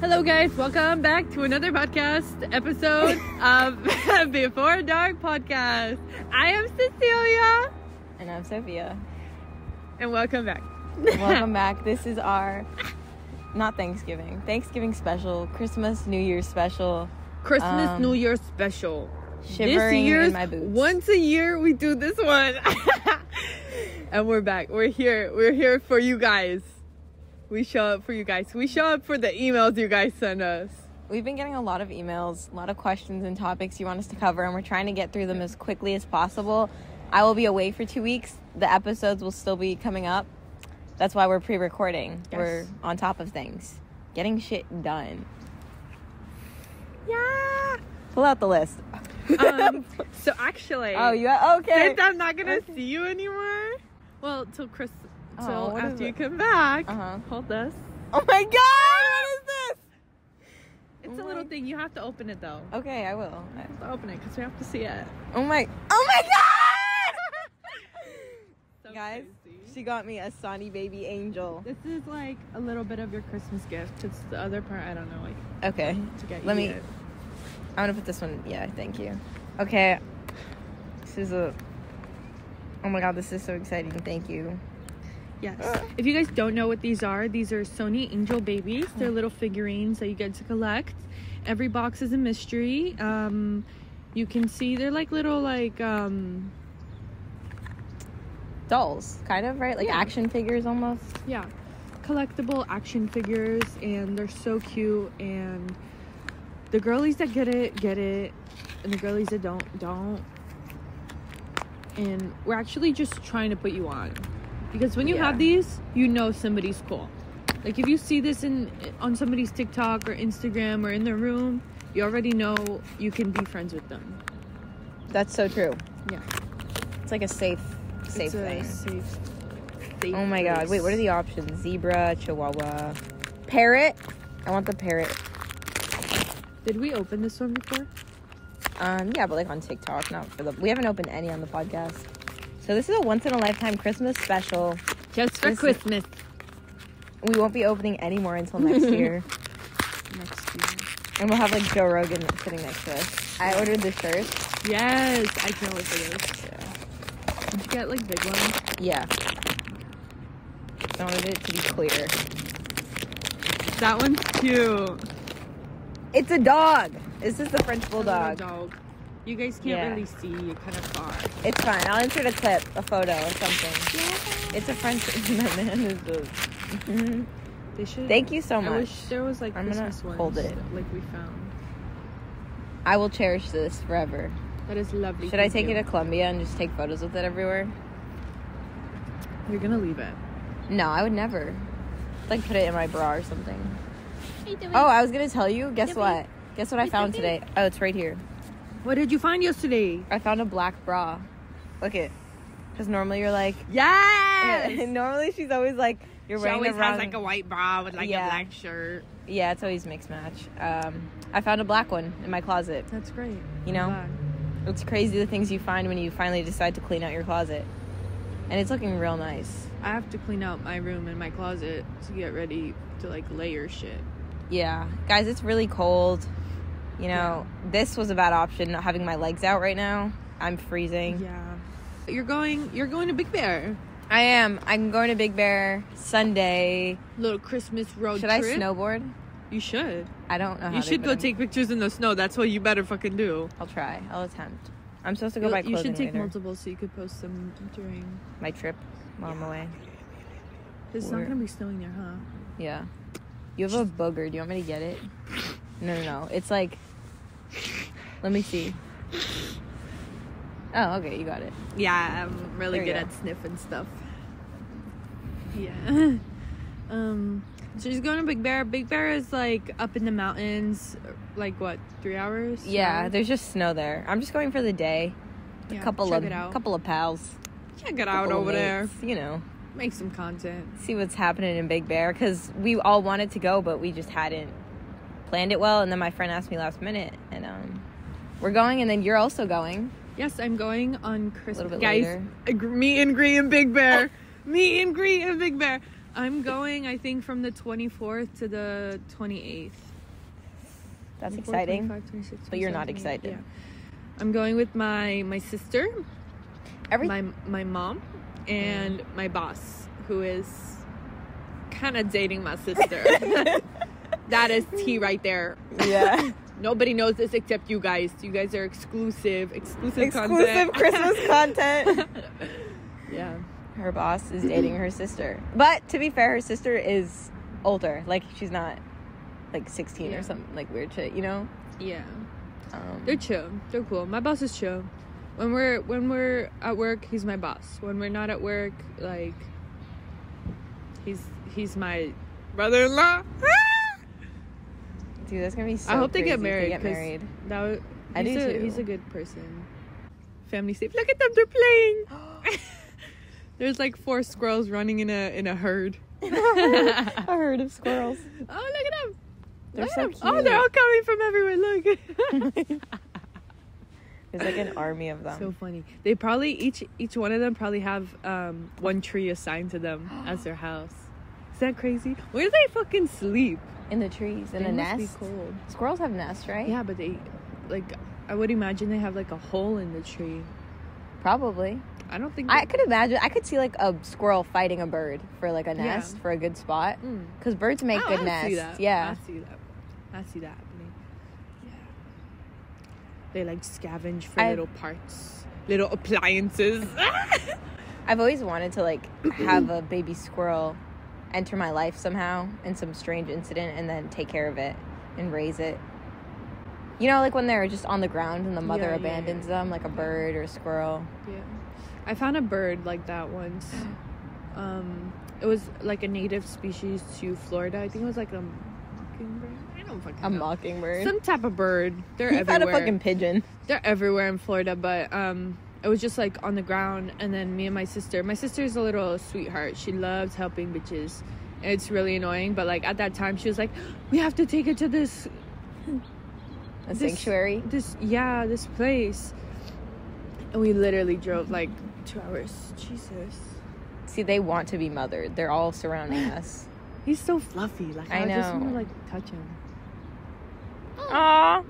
Hello, guys. Welcome back to another podcast episode of Before Dark podcast. I am Cecilia, And I'm Sophia. and welcome back. Welcome back. This is our not Thanksgiving, Thanksgiving special, Christmas, New Year's special. Christmas Um, New Year special. Shivering year's- in my boots. Once a year, we do this one, and we're back. We're here. We're here for you guys. We show up for you guys. We show up for the emails you guys send us. We've been getting a lot of emails, a lot of questions and topics you want us to cover, and we're trying to get through them as quickly as possible. I will be away for two weeks. The episodes will still be coming up. That's why we're pre-recording. Yes. We're on top of things, getting shit done. Yeah. Pull out the list. Um, so actually, oh, you okay? Since I'm not gonna Okay. see you anymore. Well, till Chris, Oh, till what is after you it? come back. Uh-huh. Hold this. Oh my god! What is this? It's a Oh little my- thing. You have to open it though. Okay, I will. You have to open it because we have to see it. Oh my! Oh my god! So Guys, crazy. she got me a Sonny baby angel. This is like a little bit of your Christmas gift. It's the other part I don't know like, Okay, to get Let you. me- yet. I'm gonna put this one. Yeah, thank you. Okay, this is a. Oh my god, this is so exciting. Thank you. Yes. Ugh. If you guys don't know what these are, these are Sony Angel Babies. Hmm. They're little figurines that you get to collect. Every box is a mystery. Um, you can see they're like little like um, Dolls, kind of right? Like Yeah. action figures almost. yeah collectible action figures and they're so cute and the girlies that get it get it and the girlies that don't don't and we're actually just trying to put you on because when you Yeah. have these you know somebody's cool like if you see this in on somebody's tiktok or instagram or in their room you already know you can be friends with them That's so true. Yeah. It's like a safe, It's safe a thing. safe, safe Oh my god! Wait, what are place. the options? Zebra, Chihuahua, parrot. I want the parrot. did we open this one before Um, yeah, but like on TikTok, not for the. We haven't opened any on the podcast. So this is a once in a lifetime Christmas special. just for This is- christmas We won't be opening any more until next year, next year and we'll have like Joe Rogan sitting next to us. I ordered the shirt. Yes, I can't wait for this. Did you get like big ones? Yeah. I wanted it to be clear. That one's cute. It's a dog. This is the French bulldog. You guys can't Yeah. really see. You're kind of far. It's fine. I'll insert a clip, a photo, or something. It's a French. that man is the. They should. Thank you so I much. wish there was like I'm gonna Christmas ones hold it. that, like we found. I will cherish this forever. That is lovely. Should I Thank take you. it to Columbia and just take photos with it everywhere? You're gonna leave it. No, I would never. Like put it in my bra or something. Oh, I was gonna tell you. Guess Doobie. what? Guess what I Hey, found Doobie. today? Oh, it's right here. What did you find yesterday? I found a black bra. Look it. Because normally you're like. Yes. normally she's always like you're She wearing always the wrong. has like a white bra with like Yeah. a black shirt. yeah, it's always mixed match. Um, I found a black one in my closet. That's great. You know, Black. it's crazy the things you find when you finally decide to clean out your closet, and it's looking real nice. I have to clean out my room and my closet to get ready to like layer shit. Yeah, guys, it's really cold. You know, this was a bad option. Not having my legs out right now, I'm freezing. Yeah. You're going you're going to Big Bear. I am. I'm going to Big Bear Sunday. Little Christmas road Should I trip. snowboard? You should. I don't know. How you should they- go but I'm- take pictures in the snow. That's what you better fucking do. I'll try. I'll attempt. I'm supposed to go buy you clothing should take later. multiple so you could post them during. my trip while I'm away. It's not Or- gonna be snowing there, huh? Yeah. You have a booger. Do you want me to get it? No, no, no. It's like. Let me see. Oh, okay. You got it. Yeah, I'm really There you good go. at sniffing stuff. Yeah. um. So she's going to Big Bear. Big Bear is like up in the mountains, like what, three hours? Two Yeah, hours? there's just snow there. I'm just going for the day. yeah. a couple check of it out. couple of pals. check it out couple of over there. mates, You know, Make some content. see what's happening in Big Bear because we all wanted to go, but we just hadn't planned it well. And then my friend asked me last minute, and um, we're going. And then you're also going. Yes, I'm going on little Christmas. bit Guys, later. Oh. a gr- meet and greet in Big Bear. meet and greet in Big Bear. I'm going, I think, from the 24th to the 28th. That's 24th, exciting. 25th, 26th, But you're not 27th, excited. yeah. I'm going with my my sister, Every my my mom, and Mm. my boss, who is kind of dating my sister. that is tea right there. yeah, Nobody knows this except you guys. You guys are exclusive, exclusive, exclusive content. Christmas content. yeah. Her boss is dating her sister, but to be fair, her sister is older. Like she's not like 16 Yeah. or something like weird shit. You know. Yeah. Um, They're chill. They're cool. My boss is chill. When we're when we're at work, he's my boss. When we're not at work, like he's he's my brother-in-law. Ah! dude, that's gonna be. So I hope they get crazy if married. They get 'cause married. That would, I he's do a, too. He's a good person. Family safe. Look at them. They're playing. There's like four squirrels running in a in a herd. a herd of squirrels. Oh, look at them. They're Look at so them. Oh, they're all coming from everywhere. Look. There's like an army of them. So funny. They probably each each one of them probably have um, one tree assigned to them as their house. Is that crazy? Where do they fucking sleep? in the trees, in They a must nest. Be cold. Squirrels have nests, right? Yeah, but they like I would imagine they have like a hole in the tree. Probably. I don't think. I could imagine. I could see like a squirrel fighting a bird for like a Yeah. nest for a good spot. Mm. Because birds make Oh, good I see nests. that. Yeah. I see that. I see that happening. Yeah. They like scavenge for I- little parts, little appliances. I've always wanted to like have a baby squirrel enter my life somehow in some strange incident and then take care of it and raise it. You know, like when they're just on the ground and the mother Yeah, yeah, abandons yeah. them, like a bird or a squirrel. Yeah. I found a bird like that once. Um, it was like a native species to Florida. I think it was like a mockingbird. I don't fucking A know. mockingbird. Some type of bird. They're you found a everywhere. fucking pigeon. They're everywhere in Florida, but um, it was just like on the ground. And then me and my sister. My sister's a little sweetheart. She loves helping bitches. And It's really annoying, but like at that time, she was like, "We have to take it to this A This- sanctuary. this yeah this place." And we literally drove like two hours. Jesus. See, they want to be mothered. They're all surrounding us. He's so fluffy. Like I I, just want know. to like touch him. Oh. Aw,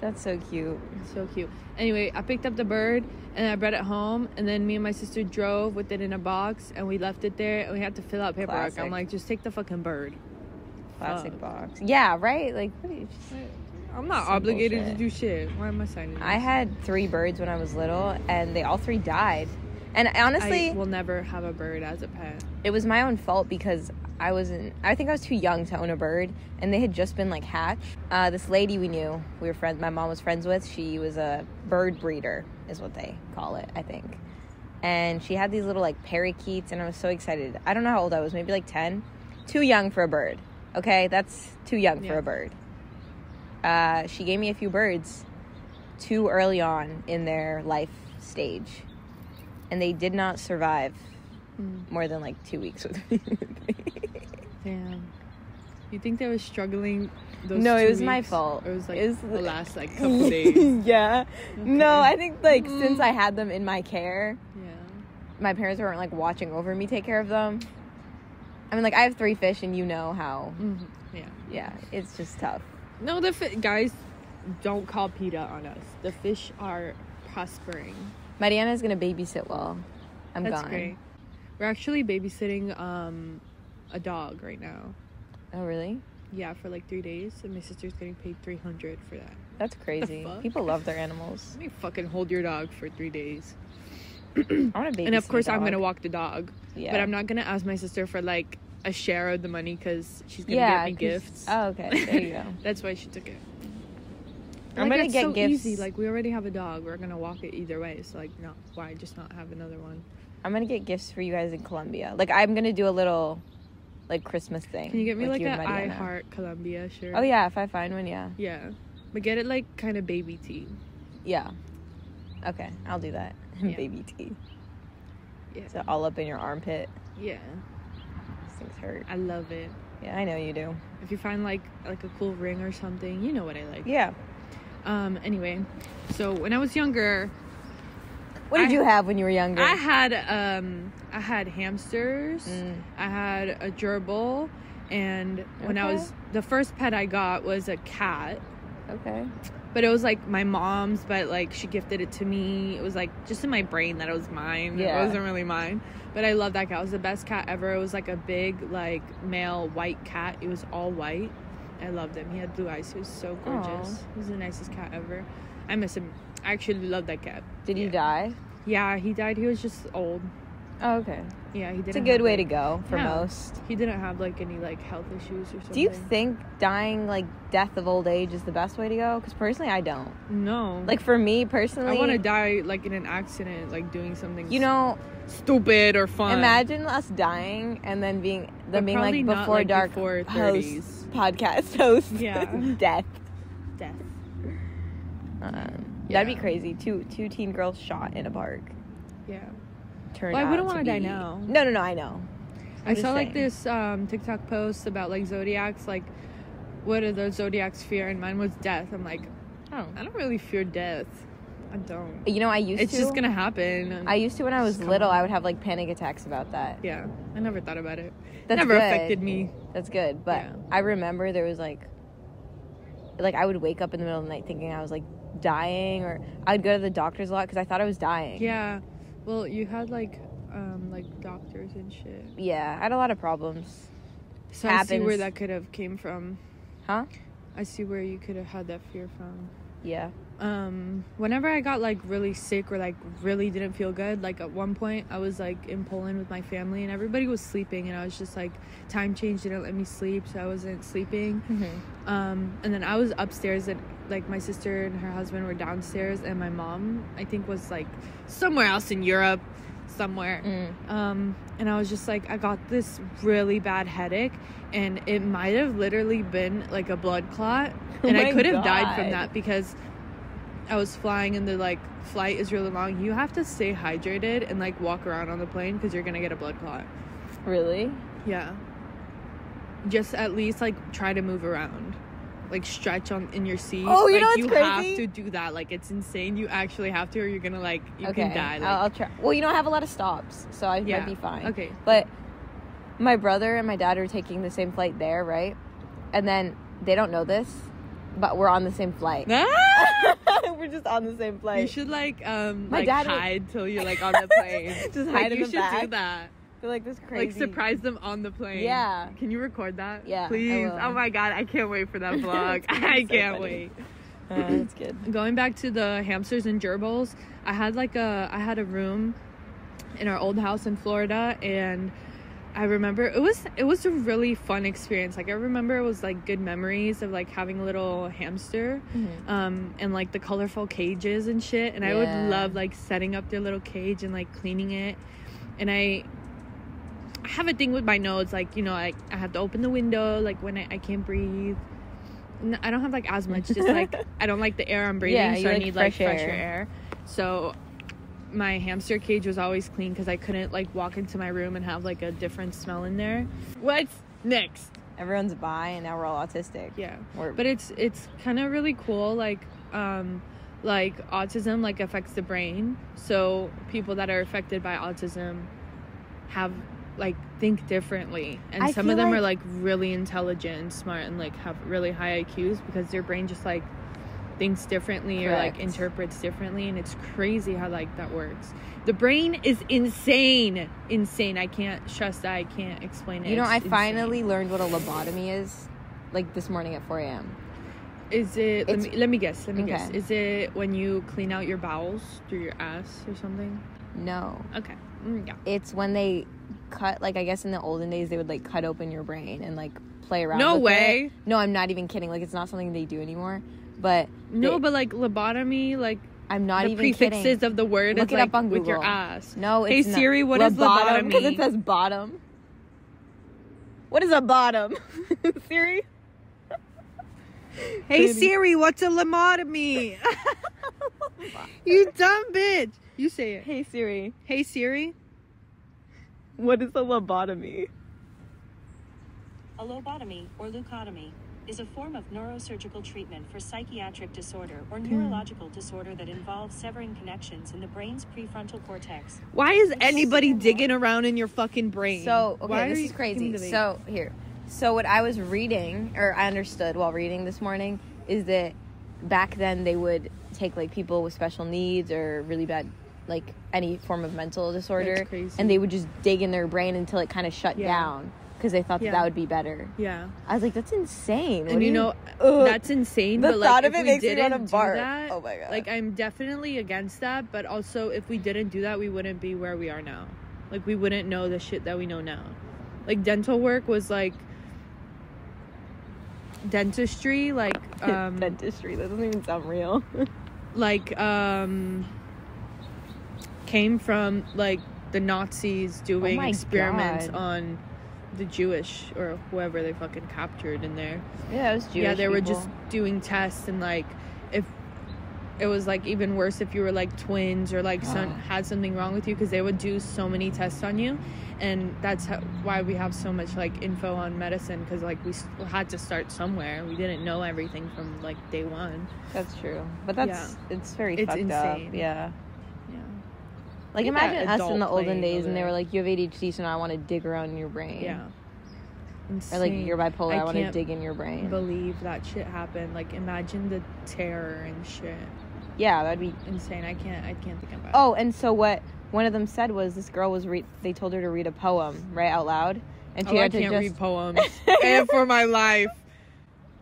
that's so cute. So cute. Anyway, I picked up the bird and I brought it home, and then me and my sister drove with it in a box, and we left it there, and we had to fill out paperwork. Classic. I'm like, just take the fucking bird. Plastic Fuck. box. Yeah, right. Like, what do you- I'm not Simple obligated shit. to do shit. Why am I signing? This? I had three birds when I was little, and they all three died. And honestly, I will never have a bird as a pet. it was my own fault because I wasn't. I think I was too young to own a bird, and they had just been like hatched. Uh, this lady we knew, we were friends. My mom was friends with. She was a bird breeder, is what they call it, I think. And she had these little like parakeets, and I was so excited. I don't know how old I was, maybe like ten. Too young for a bird. Okay, that's too young for Yeah. a bird. Uh, she gave me a few birds too early on in their life stage, and they did not survive Mm, more than like two weeks with me. damn. You think they were struggling? Those No, it two was my weeks? fault. Or It was like It was the li- last like couple days. yeah. No, Okay. I think like since Mm. I had them in my care, Yeah. my parents weren't like watching over me take care of them. I mean, like I have three fish, and you know how. hmm Yeah. Yeah, it's just tough. No, the fi- guys don't call PETA on us. The fish are prospering. Mariana's gonna babysit while I'm That's gone. great. We're actually babysitting um, a dog right now. Oh, really? Yeah, for like three days, and my sister's getting paid three hundred for that. That's crazy. fuck? People love their animals. Let me fucking hold your dog for three days, I want to babysit. and of a course I'm gonna dog. walk the dog, Yeah. but I'm not gonna ask my sister for like a share of the money because she's gonna yeah, get me 'cause- gifts. Oh, okay. There you go. That's why she took it. I'm Like, gonna it's get so gifts. Easy. Like we already have a dog, we're gonna walk it either way. So like, no, why just not have another one? I'm gonna get gifts for you guys in Colombia. Like I'm gonna do a little like Christmas thing. Can you get me like, you and a I Mariana. Heart Columbia shirt? Oh yeah, if I find one, yeah. Yeah. But get it like kind of baby tee. Yeah. Okay, I'll do that. Yeah. Baby tea. Yeah. So all up in your armpit. Yeah. These things hurt. I love it. Yeah, I know you do. If you find like like a cool ring or something, you know what I like. Yeah. Um anyway, so when I was younger, What did I- you have when you were younger? I had um I had hamsters. Mm. I had a gerbil and when I Okay. was the first pet I got was a cat. Okay. But it was like my mom's but like she gifted it to me. It was like just in my brain that it was mine. Yeah. It wasn't really mine. But I love that cat. It was the best cat ever. It was like a big like male white cat. It was all white. I loved him. He had blue eyes. He was so gorgeous. Aw. He was the nicest cat ever. I miss him. I actually love that cat. Did you Yeah. die? Yeah, he died. He was just old. Oh, okay. Yeah, he didn't. It's a have, good way to like- go for Yeah. most. He didn't have like any like health issues or something. Do you think dying like death of old age is the best way to go? Because personally, I don't. no. Like for me personally, I want to die like in an accident, like doing something. You know, stupid or fun. imagine us dying and then being But them being like probably before not, like, dark before hosts, 30s. podcast host. Yeah. death. death. Um, Yeah. That'd be crazy. Two two teen girls shot in a park. Yeah. Turned Well, I wouldn't want wanna to die be- now. No, no, no. I know. i just saw like saying. this um, TikTok post about like zodiacs, like what are the zodiacs fear, and mine was death. I'm like, Oh. I don't really fear death. I don't. You know, I used It's to. just gonna happen. and- I used to when I was Just come little. on. I would have like panic attacks about that. yeah, I never thought about it. That's never good. affected me. That's good. But Yeah. I remember there was like, like I would wake up in the middle of the night thinking I was like dying, or I would go to the doctors a lot because I thought I was dying. Yeah. Well, you had like um like doctors and shit. Yeah, I had a lot of problems. So I see Happens. where that could have came from. Huh? I see where you could have had that fear from. Yeah. Um, whenever I got like really sick or like really didn't feel good, like at one point I was like in Poland with my family and everybody was sleeping and I was just like time change didn't let me sleep, so I wasn't sleeping. Um, and then I was upstairs and like my sister and her husband were downstairs and my mom I think was like somewhere else in Europe, somewhere. Mm. um, and I was just like, I got this really bad headache, and it might have literally been like a blood clot, Oh and my I could have died God. from that because I was flying, and the like flight is really long. You have to stay hydrated and like walk around on the plane because you're gonna get a blood clot. Really? Yeah. Just at least like try to move around. Like stretch on in your seat. Oh, you like, know what's you crazy? have to do that. Like it's insane. You actually have to, or you're gonna like you okay. can die. Like, I'll, I'll try. Well, you know, I have a lot of stops, so I Yeah. might be fine. okay. But my brother and my dad are taking the same flight there, right? And then they don't know this, but we're on the same flight. we're just on the same flight. You should like um My like dad would- hide till you're like on the plane. Just like, hide in you the should do back. that. They're like this crazy. Like surprise them on the plane. Yeah. Can you record that? Yeah, I Please. will. Oh my god, I can't wait for that It's vlog. gonna be I so can't funny. wait. Uh, that's good. Going back to the hamsters and gerbils, I had like a I had a room in our old house in Florida and I remember it was it was a really fun experience. Like I remember it was like good memories of like having a little hamster. um, and like the colorful cages and shit. And I Yeah. would love like setting up their little cage and like cleaning it. And I, I have a thing with my nose, like you know, I I have to open the window, like when I, I can't breathe. N- I don't have like asthma. It's just like I don't like the air I'm breathing, Yeah, you so I like need like fresh fresher air. air. So my hamster cage was always clean because I couldn't like walk into my room and have like a different smell in there. What's next? Everyone's bi, and now we're all autistic. Yeah We're, but it's it's kind of really cool like um like autism like affects the brain so people that are affected by autism have like think differently and I some of feel them are like really intelligent and smart and like have really high IQs because their brain just like thinks differently or like Correct. interprets differently and it's crazy how like that works the brain is insane insane i can't stress that i can't explain it you know, It's I insane. finally learned what a lobotomy is, like this morning at 4 a.m. Is it? Let It's- me, let me guess. Let me Okay. guess. Is it when you clean out your bowels through your ass or something? No, Okay. Mm, yeah. it's when they cut. Like I guess in the olden days, they would like cut open your brain and like play around. No with way. it. No, I'm not even kidding. Like it's not something they do anymore. But No, They- but like lobotomy, like I'm not the even prefixes kidding. of the word Look is it like up on with your Google. ass. No, Hey, it's not. Siri, what is lobotomy? Because it says bottom. What is a bottom, Siri? Hey Pretty. Siri, what's a lobotomy? you dumb bitch. You say it. Hey Siri, Hey Siri. what is a lobotomy? A lobotomy, or leucotomy, is a form of neurosurgical treatment for psychiatric disorder or neurological disorder that involves severing connections in the brain's prefrontal cortex. Why is anybody digging around in your fucking brain? So okay, Why this are is you crazy. giving to me? So here, so what I was reading or I understood while reading this morning is that back then they would take like people with special needs or really bad like any form of mental disorder, That's crazy. and they would just dig in their brain until it kind of shut Yeah. down because they thought that, Yeah. that would be better. yeah, I was like, that's insane. What and do you know Ugh. that's insane. The but like, thought if of it we makes me didn't wanna do barf. that, Oh my God. Like I'm definitely against that, but also if we didn't do that, we wouldn't be where we are now. Like we wouldn't know the shit that we know now. Like dental work was like dentistry, like um, dentistry that doesn't even sound real. like um came from like the Nazis doing Oh my experiments God. on the Jewish or whoever they fucking captured in there. yeah, it was Jewish. yeah, they were people. just doing tests and like if it was like even worse if you were like twins or like son had something wrong with you because they would do so many tests on you and that's how, why we have so much like info on medicine because like we s- had to start somewhere we didn't know everything from like day one That's true, but that's it's very It's fucked insane. up. Yeah. yeah Like Look at that imagine us in adult the playing olden days, and over they were there. like, "You have ADHD, so now I want to dig around in your brain." yeah Or like, Insane. "You're bipolar, I, I want to can't dig in your brain." believe that shit happened like imagine the terror and shit yeah, that'd be. insane i can't i can't think about it Oh, and so what? One of them said was this girl was read. They told her to read a poem right out loud, and she oh, I had to can't just. read poems. and for my life,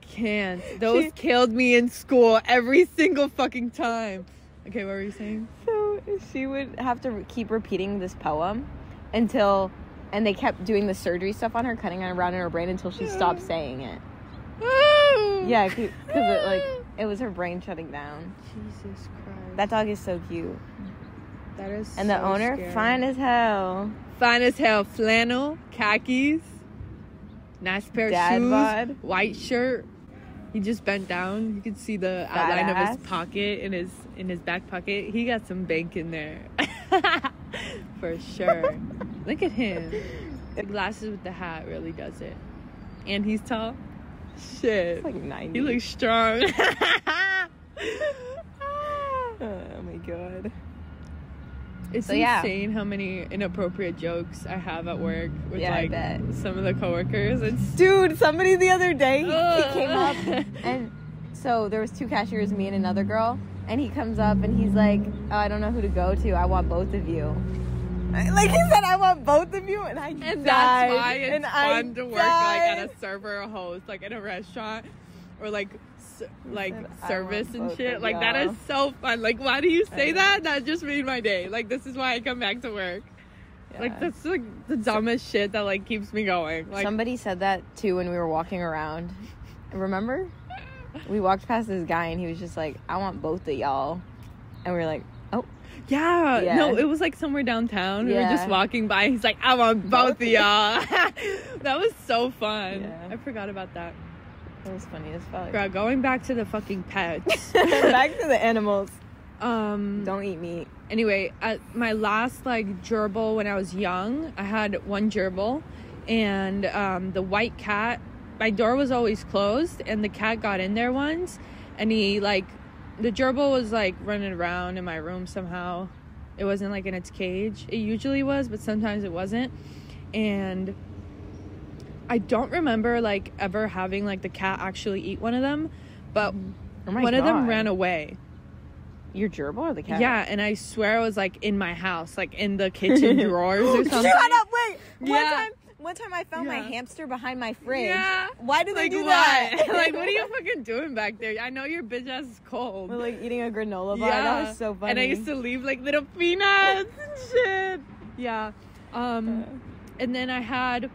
can't. Those She- killed me in school every single fucking time. Okay, what were you saying? so she would have to re- keep repeating this poem until, and they kept doing the surgery stuff on her, cutting around in her brain until she stopped saying it. Yeah, because it like it was her brain shutting down. Jesus Christ. That dog is so cute, that is. and the so owner scary. fine as hell. fine as hell. Flannel, khakis, nice pair Dad of shoes, bod. white shirt. He just bent down. You could see the Fat outline ass. of his pocket in his in his back pocket. He got some bank in there, for sure. Look at him. The glasses with the hat really does it. And he's tall. Shit, It's like ninety. he looks strong. Oh my god. It's So, yeah. insane how many inappropriate jokes I have at work with Yeah, I like bet. some of the coworkers. It's Dude, somebody the other day he, he Ugh. came up and so there was two cashiers, me and another girl, and he comes up and he's like, "Oh, I don't know who to go to. I want both of you." I- Like he said, I want both of you, and I And died. that's why it's and I fun to work like died. at a server or host, like in a restaurant or like s like said, "I service want and both shit. of Like that y'all. is so fun. Like why do you say know. that? That just made my day. Like this is why I come back to work. Like Yeah. that's like the dumbest shit that like keeps me going. Like Somebody said that too when we were walking around. Remember? We walked past this guy and he was just like, "I want both of y'all," and we were like, "Oh, yeah, Yeah. no, it was like somewhere downtown. We were just Yeah. walking by. He's like, I want both, Both of of y'all. that was so fun. Yeah. I forgot about that. that was funny as fuck." Bro, going back to the fucking pets. Back to the animals. um, Don't eat meat. anyway, at my last like gerbil when I was young, I had one gerbil, and um, the white cat. My door was always closed, and the cat got in there once, and he like, the gerbil was like running around in my room somehow. It wasn't like in its cage. It usually was, but sometimes it wasn't, and. I don't remember like ever having like the cat actually eat one of them, but one Oh my of them God. ran away. Your gerbil or the cat? Yeah, and I swear it was like in my house, like in the kitchen drawers or something. Shut up! Wait. One Yeah. time, one time I found my Yeah. hamster behind my fridge. Yeah. Why do they Like do what? that? like what are you fucking doing back there? I know your bitch ass is cold. We're like eating a granola bar. That was so funny. And I used to leave like little peanuts and shit. Yeah. Um Uh. and then I had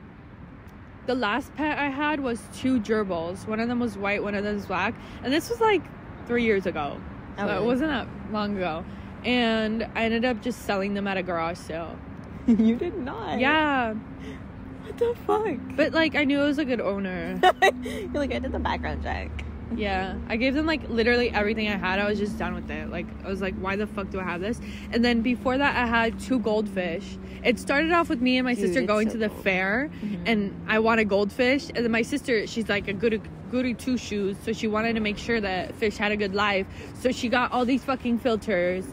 the last pet I had was two gerbils. One of them was white, one of them was black. And this was like three years ago. So Oh, it really? wasn't that long ago. And I ended up just selling them at a garage sale. you did not. Yeah. What the fuck? But like I knew it was a good owner. You're like I did the background check. Yeah, I gave them like literally everything I had. I was just done with it. Like I was like, why the fuck do I have this? And then before that, I had two goldfish. It started off with me and my Dude, sister it's going so Mm-hmm. to the cool. fair, and I want a goldfish. And then my sister, she's like a good goody two shoes, so she wanted to make sure that fish had a good life. So she got all these fucking filters.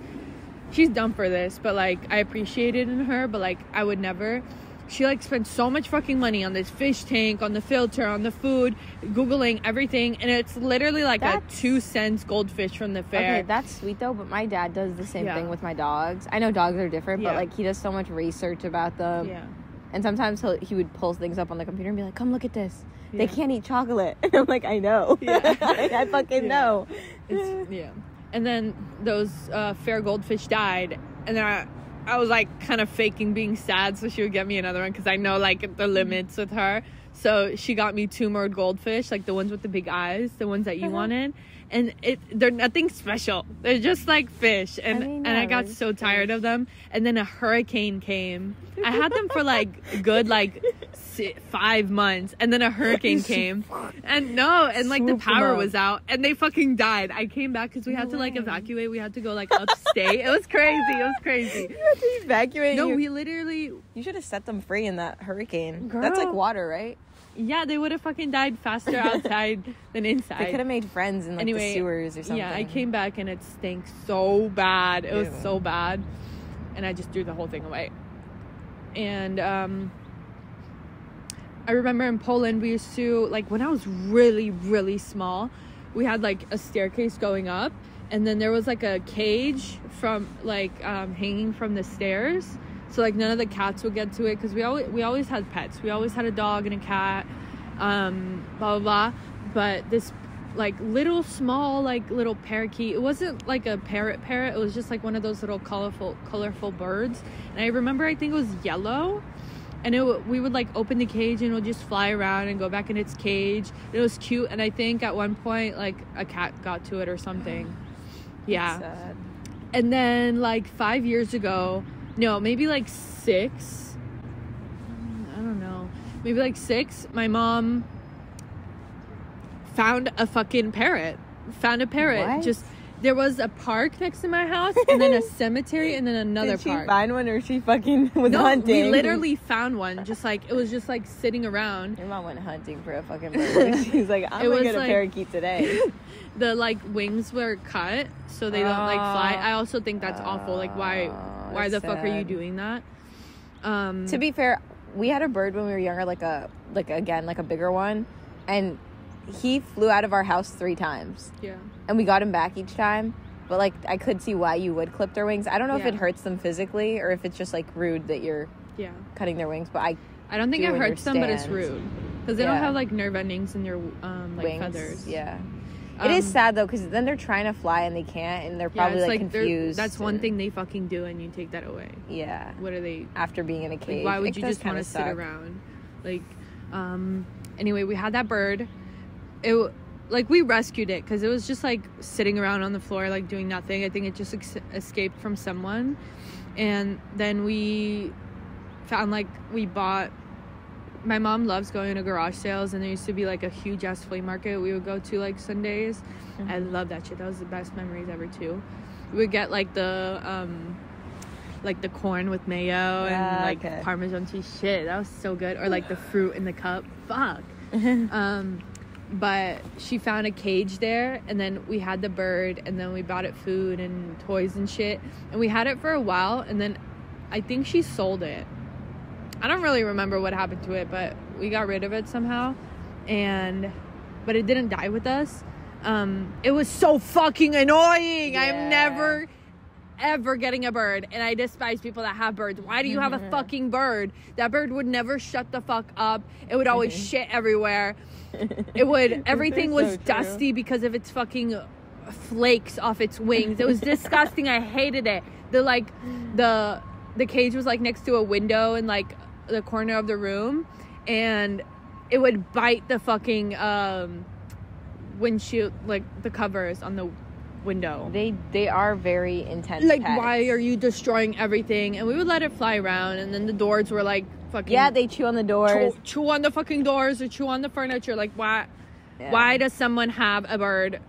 She's dumb for this, but like I appreciate it in her, but like I would never. She like spent so much fucking money on this fish tank, on the filter, on the food, googling everything, and it's literally like a That's- two cents goldfish from the fair. Okay, that's sweet though, but my dad does the same Yeah. thing with my dogs. I know dogs are different, but Yeah. like he does so much research about them. yeah, And sometimes he'll, he would pull things up on the computer and be like, come look at this. Yeah. They can't eat chocolate. And I'm like, I know. Yeah. I, I fucking Yeah. know. It's, yeah. And then those uh, fair goldfish died, and then I, I was like kind of faking being sad so she would get me another one because I know like Mm-hmm. the limits with her. So she got me two more goldfish, like the ones with the big eyes, the ones that you Uh-huh. wanted, and it they're nothing special. They're just like fish, and and mean, yeah, I got they're so just tired of them. And then a hurricane came. I had them for like good like si five months, and then a hurricane came, and no, and like the Swoop 'em power up. was out, and they fucking died. I came back because we had No to like way. evacuate. We had to go like upstate. it was crazy. It was crazy. You have to evacuate. No, you, we literally, you should have set them free in that hurricane. That's like Girl. water, right? yeah, they would have fucking died faster outside than They could inside. have made friends in like Anyway, the sewers or something. Yeah, I came back and it stank so bad. It was Ew. so bad, and I just threw the whole thing away. And um, I remember in Poland we used to like when I was really really small, we had like a staircase going up, and then there was like a cage from like um, hanging from the stairs. So like none of the cats would get to it because we always we always had pets. We always had a dog and a cat, um, blah blah blah. But this like little small like little parakeet. It wasn't like a parrot parrot. It was just like one of those little colorful colorful birds. And I remember I think it was yellow. And it, w- we would like open the cage and it would just fly around and go back in its cage. It was cute, and I think at one point like a cat got to it or something. Yeah. Sad. And then like five years ago, no, maybe like six. I don't know. Maybe like six, my mom found a fucking parrot. Found a parrot. What? Just there was a park next to my house and then a cemetery and then another Did she park. find one or she fucking was no, hunting? we literally found one. Just like it was just like sitting around. Your mom went hunting for a fucking bird. She's like, I'm It gonna was get a like- parakeet today. the like wings were cut so they don't like fly. Oh. I also think that's awful. Like why Oh, why the that's fuck are you sad. doing that? Um to be fair we had a bird when we were younger like a like again like a bigger one and he flew out of our house three times yeah. and we got him back each time but like i could see why you would clip their wings i don't know if Yeah. it hurts them physically or if it's just like rude that you're Yeah. cutting their wings but i I don't think do it hurts them, but it's understand. rude because they don't Yeah. have like nerve endings in their um, like wings feathers. yeah it is Um, sad though because then they're trying to fly and they can't and they're yeah, probably it's like, they're- confused That's one and- thing they fucking do, and you take that away. yeah What are they? after being in a Like, cage why It would you does just want kinda to sit suck. around? Like, um. Anyway, we had that bird. It w- like we rescued it because it was just like sitting around on the floor, like doing nothing. I think it just ex- escaped from someone, and then we found like we bought my mom loves going to garage sales and there used to be like a huge ass flea market we would go to like sundays i love that shit that was the best memories ever too we would get like the um like the corn with mayo Ah, and like okay. parmesan cheese shit that was so good or like the fruit in the cup fuck um but she found a cage there and then we had the bird and then we bought it food and toys and shit and we had it for a while and then i think she sold it I don't really remember what happened to it, but we got rid of it somehow. And but it didn't die with us. Um it was so fucking annoying. Yeah. I'm never ever getting a bird and I despise people that have birds. Why do you have a fucking bird? That bird would never shut the fuck up. It would always shit everywhere. It would everything was so true. dusty because of its fucking flakes off its wings. It was disgusting. I hated it. The like the the cage was like next to a window in like the corner of the room and it would bite the fucking um windshield like the covers on the window. they they are very intense Like pets. why are you destroying everything? And we would let it fly around and then the doors were like fucking yeah they chew on the doors chew, chew on the fucking doors or chew on the furniture like why Yeah. why does someone have a bird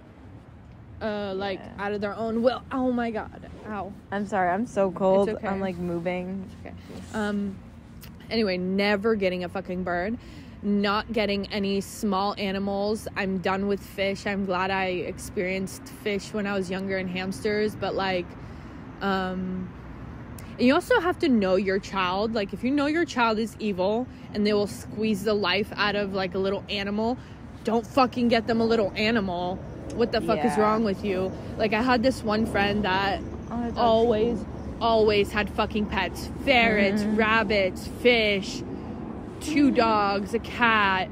uh like Yeah. out of their own will oh my god ow I'm sorry, I'm so cold. okay. I'm like moving. okay um anyway never getting a fucking bird not getting any small animals. I'm done with fish. I'm glad I experienced fish when I was younger and hamsters, but like um and you also have to know your child. Like if you know your child is evil and they will squeeze the life out of like a little animal, don't fucking get them a little animal. What the fuck is Yeah. wrong with you? Like I had this one friend that Oh, that's- always always had fucking pets ferrets Mm. rabbits fish two dogs a cat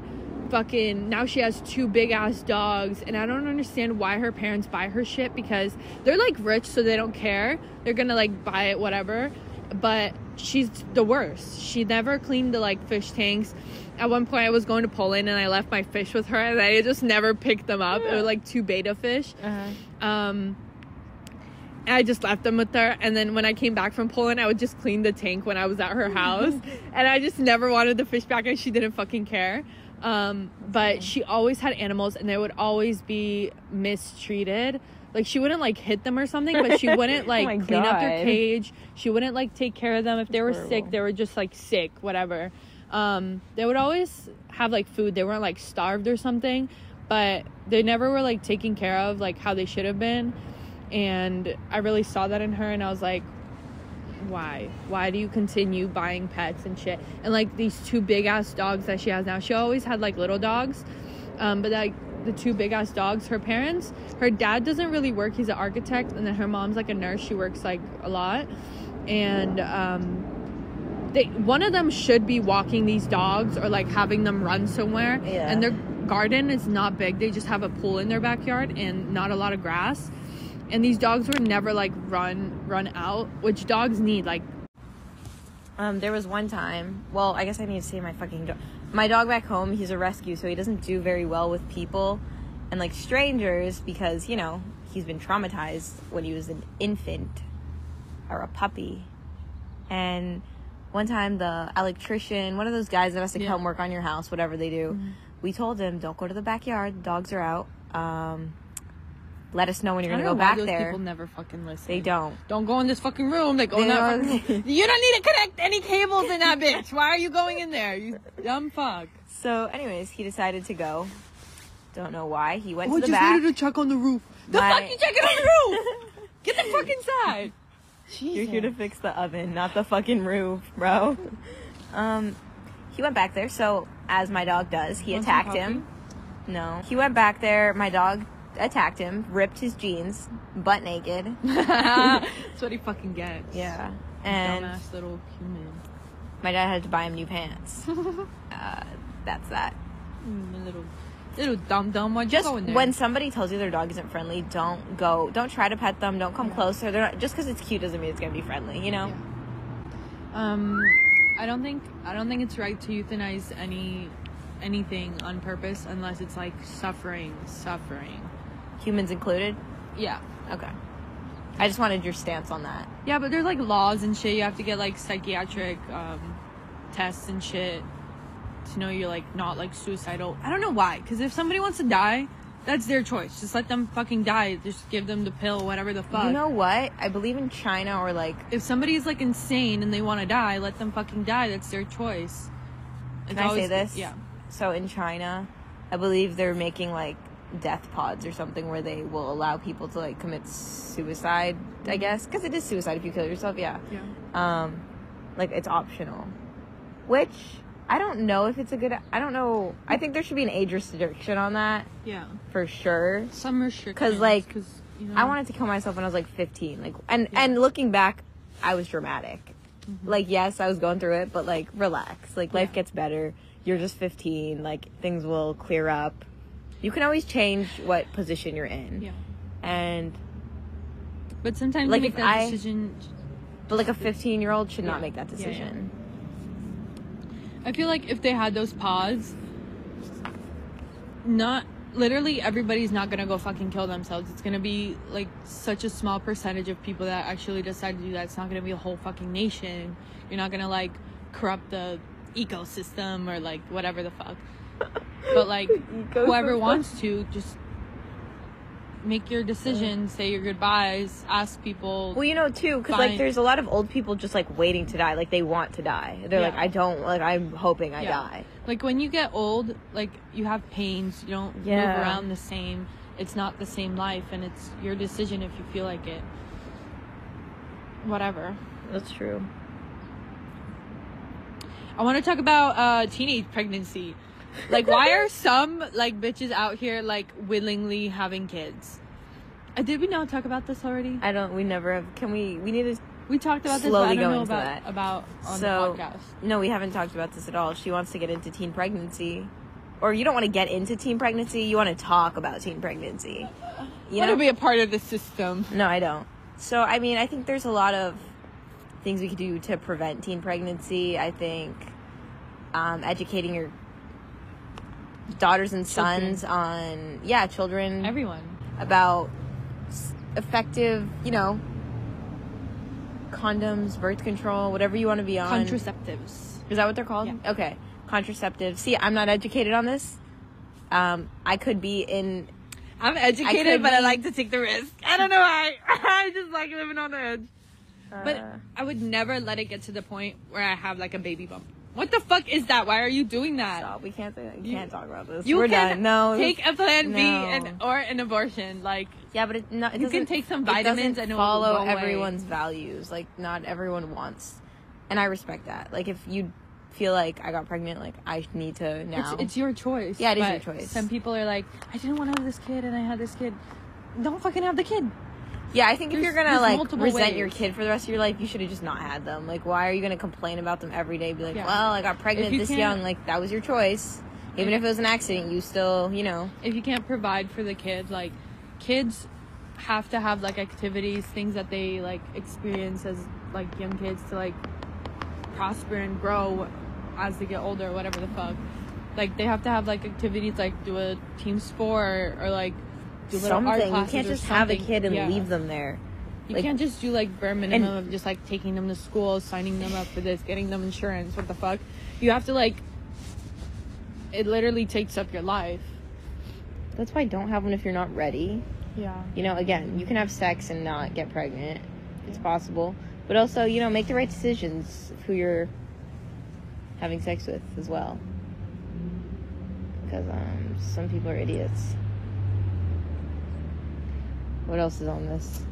fucking now she has two big ass dogs and i don't understand why her parents buy her shit because they're like rich so they don't care they're gonna like buy it whatever but she's the worst she never cleaned the like fish tanks at one point i was going to poland and i left my fish with her and i just never picked them up they were like two beta fish Uh-huh. um and I just left them with her, and then when I came back from Poland, I would just clean the tank when I was at her house, and I just never wanted the fish back, and she didn't fucking care. Um, but she always had animals, and they would always be mistreated. Like she wouldn't like hit them or something, but she wouldn't Oh like my clean up their God. cage. She wouldn't like take care of them if they were sick. Horrible. They were just like sick, whatever. Um, they would always have like food. They weren't like starved or something, but they never were like taken care of like how they should have been and I really saw that in her, and I was like, why? Why do you continue buying pets and shit? And like these two big ass dogs that she has now, she always had like little dogs, um, but like the two big ass dogs, her parents, her dad doesn't really work, he's an architect, and then her mom's like a nurse, she works like a lot, and um, they one of them should be walking these dogs or like having them run somewhere, Yeah. and their garden is not big, they just have a pool in their backyard and not a lot of grass and these dogs were never like run run out which dogs need like Um, there was one time. Well, I guess I need to say my fucking dog. My dog back home, he's a rescue, so he doesn't do very well with people and like strangers because you know he's been traumatized when he was an infant or a puppy. And one time, the electrician, one of those guys that has to Yeah. Mm-hmm. come work on your house, whatever they do, we told him, "Don't go to the backyard. Dogs are out. Um, let us know when you're I gonna don't go know why back those there." people never fucking listen They don't. don't go in this fucking room they go They in that don't. fucking room. you don't need to connect any cables in that bitch why are you going in there you dumb fuck So, anyways, he decided to go. Don't know why. He went oh to the just back. needed to check on the roof the My- fuck you checking on the roof get the fuck inside Jesus. You're here to fix the oven, not the fucking roof, bro. Um, he went back there. So, as my dog does, he Want some attacked him. No, he went back there. My dog attacked him, ripped his jeans, butt naked. that's what he fucking gets Yeah, and dumbass little human my dad had to buy him new pants. uh, that's that. Mm, little little dumb dumb one Just go in there when somebody tells you their dog isn't friendly, don't go. Don't try to pet them. Don't come closer. They're not, just because it's cute doesn't mean it's gonna be friendly. You know. Yeah. Um, I don't think I don't think it's right to euthanize any anything on purpose unless it's like suffering, suffering. humans included. Yeah. Okay. I just wanted your stance on that. Yeah, but there's like laws and shit. You have to get like psychiatric um, tests and shit to know you're like not like suicidal. I don't know why. Cause if somebody wants to die, that's their choice. Just let them fucking die. Just give them the pill, whatever the fuck. You know what? I believe in China or like if somebody's like insane and they want to die, let them fucking die. That's their choice. It's Can I say always- this? Yeah. so in China, I believe they're making like death pods or something where they will allow people to like commit suicide, I guess, cuz it is suicide if you kill yourself, yeah. Mm-hmm. Yeah. Um like it's optional. Which I don't know if it's a good I don't know. I think there should be an age restriction on that Yeah. for sure. some restrictions. 'Cause, like, you know, I wanted to kill myself when I was like 15. Like, and and looking back, I was dramatic. Mm-hmm. Like, yes, I was going through it, but like, relax. Like, life gets better. You're just 15. Like, things will clear up. You can always change what position you're in. Yeah. And But sometimes like, you make if that I- decision. but like a 15 year old should Yeah. not make that Yeah, yeah. decision. I feel like if they had those pods, not literally everybody's not gonna go fucking kill themselves. It's gonna be like such a small percentage of people that actually decide to do that. It's not gonna be a whole fucking nation. You're not gonna like corrupt the ecosystem or like whatever the fuck. But like whoever wants to, just make your decisions, say your goodbyes, ask people. Well, you know too, because Fine. like there's a lot of old people just like waiting to die. Like they want to die. They're like, Yeah. I don't. Like I'm hoping I Yeah. die. like when you get old, like you have pains, you don't Yeah. move around the same. It's not the same life, and it's your decision if you feel like it. Whatever. That's true. I want to talk about uh, teenage pregnancy. Like, why are some like bitches out here like willingly having kids? Uh, did we not talk about this already? I don't. We never have. Can we? We need to. We talked about this, but Slowly I don't go know into about that. about on So- the podcast. No, we haven't talked about this at all. She wants to get into teen pregnancy, or you don't want to get into teen pregnancy. You want to talk about teen pregnancy. You You want know? to be a part of the system? No, I don't. So, I mean, I think there's a lot of things we could do to prevent teen pregnancy. I think um, educating your daughters and sons on, yeah, children Everyone. about s- effective, you know, condoms, birth control, whatever you want to be on. Contraceptives. Is that what they're called? Yeah. Okay. Contraceptive. See, I'm not educated on this. Um, I could be in I'm I educated, could but I be- like to take the risk. I don't know why. I just like living on the edge. But Uh, I would never let it get to the point where I have like a baby bump. What the fuck is that? Why are you doing that? Stop. We can't say that. You, You- can't talk about this. You We're can done. No. take a Plan B No. and or an abortion. Like yeah, but it, no, it you can doesn't- take some it doesn't vitamins and it will follow go away. everyone's values. Like not everyone wants, and I respect that. Like if you feel like I got pregnant, like I need to now. it's, it's your choice. Yeah, it is but your choice. Some people are like, I didn't want to have this kid and I had this kid. Don't fucking have the kid. yeah, I think if there's- you're gonna there's like multiple resent your ways. kid for the rest of your life, you should have just not had them. Like why are you gonna complain about them every day? Be like, Yeah. well, I got pregnant you this can't- young. Like that was your choice. Even if it was an accident, you still, you know. If you can't provide for the kid, like kids have to have like activities, things that they like experience as like young kids to like prosper and grow as they get older, whatever the fuck. Like they have to have like activities, like do a team sport or like do little art Something you classes can't or just have a something. kid and Yeah. leave them there. You Like- can't just do like bare minimum of just like taking them to school, signing them up for this, getting them insurance. What the fuck? You have to like. It literally takes up your life. That's why don't have one if you're not ready. Yeah. You know, again, you can have sex and not get pregnant. It's possible. But also, you know, make the right decisions of who you're having sex with as well. Because um, some people are idiots. What else is on this?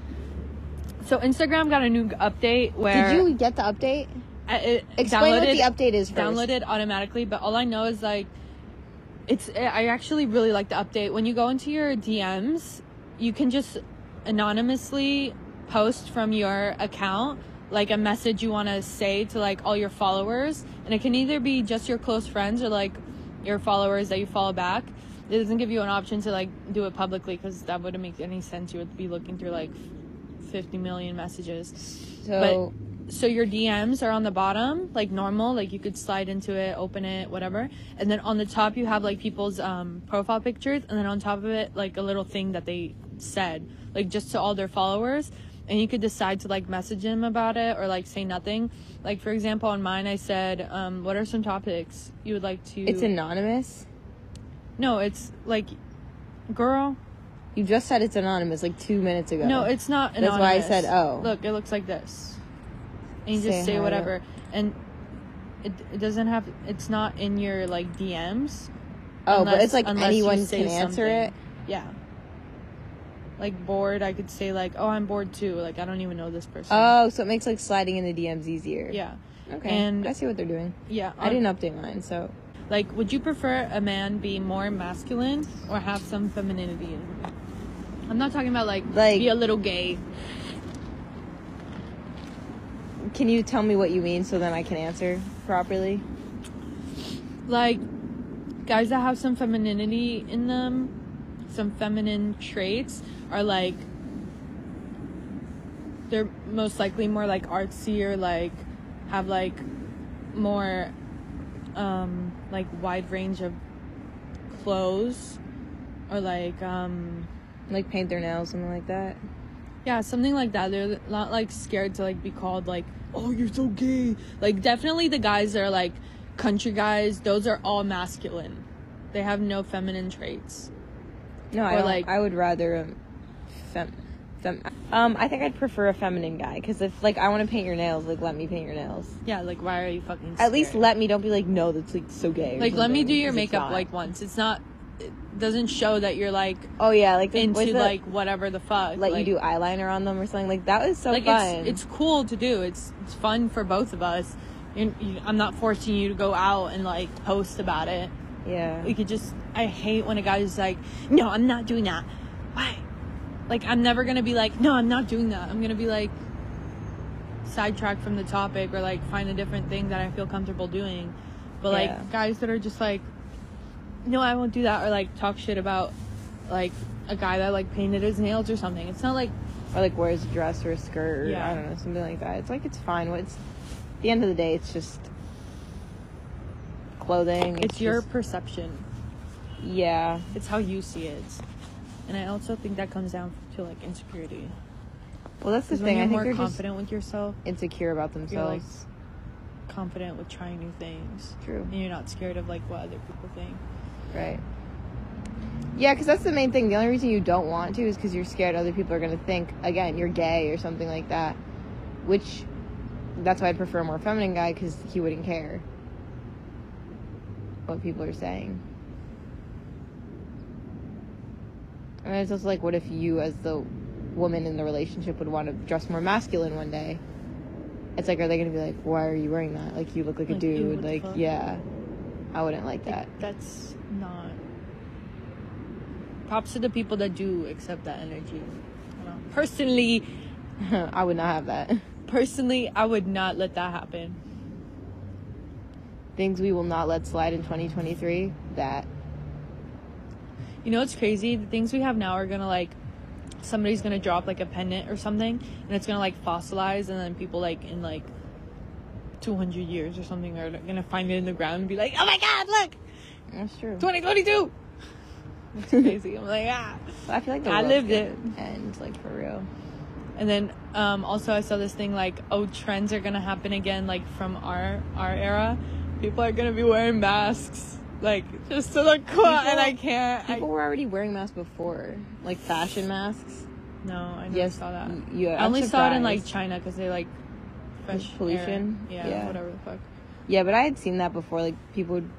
So Instagram got a new update where Did you get the update? I, it Explain downloaded, what the update is first. downloaded automatically, but all I know is like, it's. I actually really like the update. When you go into your DMs, you can just anonymously post from your account like a message you want to say to like all your followers, and it can either be just your close friends or like your followers that you follow back. It doesn't give you an option to like do it publicly because that wouldn't make any sense. You would be looking through like 50 million messages So, so your DMs are on the bottom, like normal, like you could slide into it, open it, whatever. And then on the top, you have like people's um, profile pictures, and then on top of it, like a little thing that they said, like just to all their followers. And you could decide to like message them about it or like say nothing. Like for example, on mine, I said, um, "What are some topics you would like to?" it's anonymous? no, it's like, girl. You just said it's anonymous like two minutes ago. No, it's not That's why I anonymous. said, oh. Look, it looks like this. And you Say just say hi. whatever. And it, it doesn't have, it's not in your, like, DMs. Oh, but unless- it's like unless you anyone say can answer something. it. Yeah. Like, bored, I could say, like, oh, I'm bored too. Like, I don't even know this person. Oh, so it makes like sliding in the DMs easier. Yeah. Okay. And- um, I see what they're doing. Yeah. I didn't update mine, so Like, would you prefer a man be more masculine or have some femininity in him? I'm not talking about, like, Like- be a little gay. can you tell me what you mean so then I can answer properly? like guys that have some femininity in them some feminine traits are like they're most likely more like artsy or like have like more um like wide range of clothes or like um Like paint their nails, something like that. yeah something like that they're not like scared to like be called like oh you're so gay like definitely the guys that are like country guys those are all masculine they have no feminine traits No, I Or, don't, like- I would rather um, fem. fem- um, I think I'd prefer a feminine guy because if like I want to paint your nails, like let me paint your nails. Yeah, like why are you fucking? At least scared? let me. Don't be like no, that's like so gay. or like let me something, do your 'cause it's makeup not. like once. It's not. It doesn't show that you're like oh yeah, like into what's the- like whatever the fuck. let like, you do eyeliner on them or something. Like that was so like fun. it's it's cool to do. It's it's fun for both of us. You're, you, I'm not forcing you to go out and like post about it. yeah. We could just. I hate when a guy's like, "No, I'm not doing that." Why? Like I'm never gonna be like, "No, I'm not doing that." I'm gonna be like sidetracked from the topic or like find a different thing that I feel comfortable doing. But like Yeah. guys that are just like, "No, I won't do that," or like talk shit about like a guy that like painted his nails or something. It's not like or like wears a dress or a skirt or Yeah. I don't know something like that. It's like it's fine. What- It's at the end of the day, it's just clothing. it's your just- perception. yeah. It's how you see it. And I also think that comes down to like insecurity. Well, that's the Because when thing. you're I think more they're confident with yourself, just insecure about you're like themselves. confident with trying new things. True. And you're not scared of like what other people think. Right. Yeah, because that's the main thing. The only reason you don't want to is because you're scared other people are going to think, again, you're gay or something like that. Which, that's why I'd prefer a more feminine guy because he wouldn't care what people are saying. And it's also like, what if you, as the woman in the relationship, would want to dress more masculine one day? It's like, are they going to be like, why are you wearing that? Like, you look like, a Like, ew, dude. what the Like, fuck? yeah. I wouldn't like that. Like, that's not. Props to the people that do accept that energy. I don't know. Personally, I would not have that. personally, I would not let that happen. Things we will not let slide in 2023. That. You know what's crazy? The things we have now are gonna like somebody's gonna drop like a pendant or something and it's gonna like fossilize and then people like in like 200 years or something are gonna find it in the ground and be like, oh my god, look, That's true. 2022. It's crazy. I'm like, ah. I feel like the I world's lived it. gonna End like for real. And then um, also I saw this thing like, oh, trends are gonna happen again like from our our era. People are gonna be wearing masks like just to look cool, and I can't. People I, were already wearing masks before, like fashion masks. no, I never yes, saw that. y- yeah, I I'm only saw it in like surprised. China because they like fresh air. pollution? Yeah, Yeah. whatever the fuck. Yeah, but I had seen that before. Like people would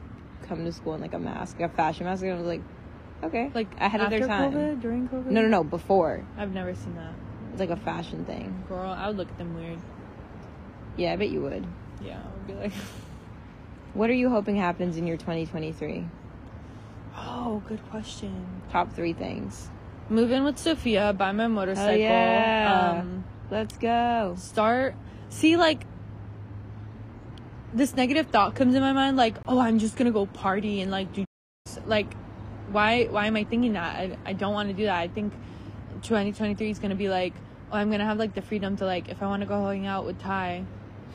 come to school in like a mask, a fashion mask, and I was like, okay, Like ahead of their after time. COVID, during COVID. No, no, no. Before I've never seen that. it's like a fashion thing. Girl, I would look at them weird. Yeah, I bet you would. Yeah, I would be like, What are you hoping happens in your 2023? oh, good question. Top three things. Move in with Sophia. Buy my motorcycle. yeah. Um, Let's go. start see like this negative thought comes in my mind like oh i'm just gonna go party and like do like why why am i thinking that i, I don't want to do that i think 2023 is gonna be like oh i'm gonna have like the freedom to like if i want to go hang out with ty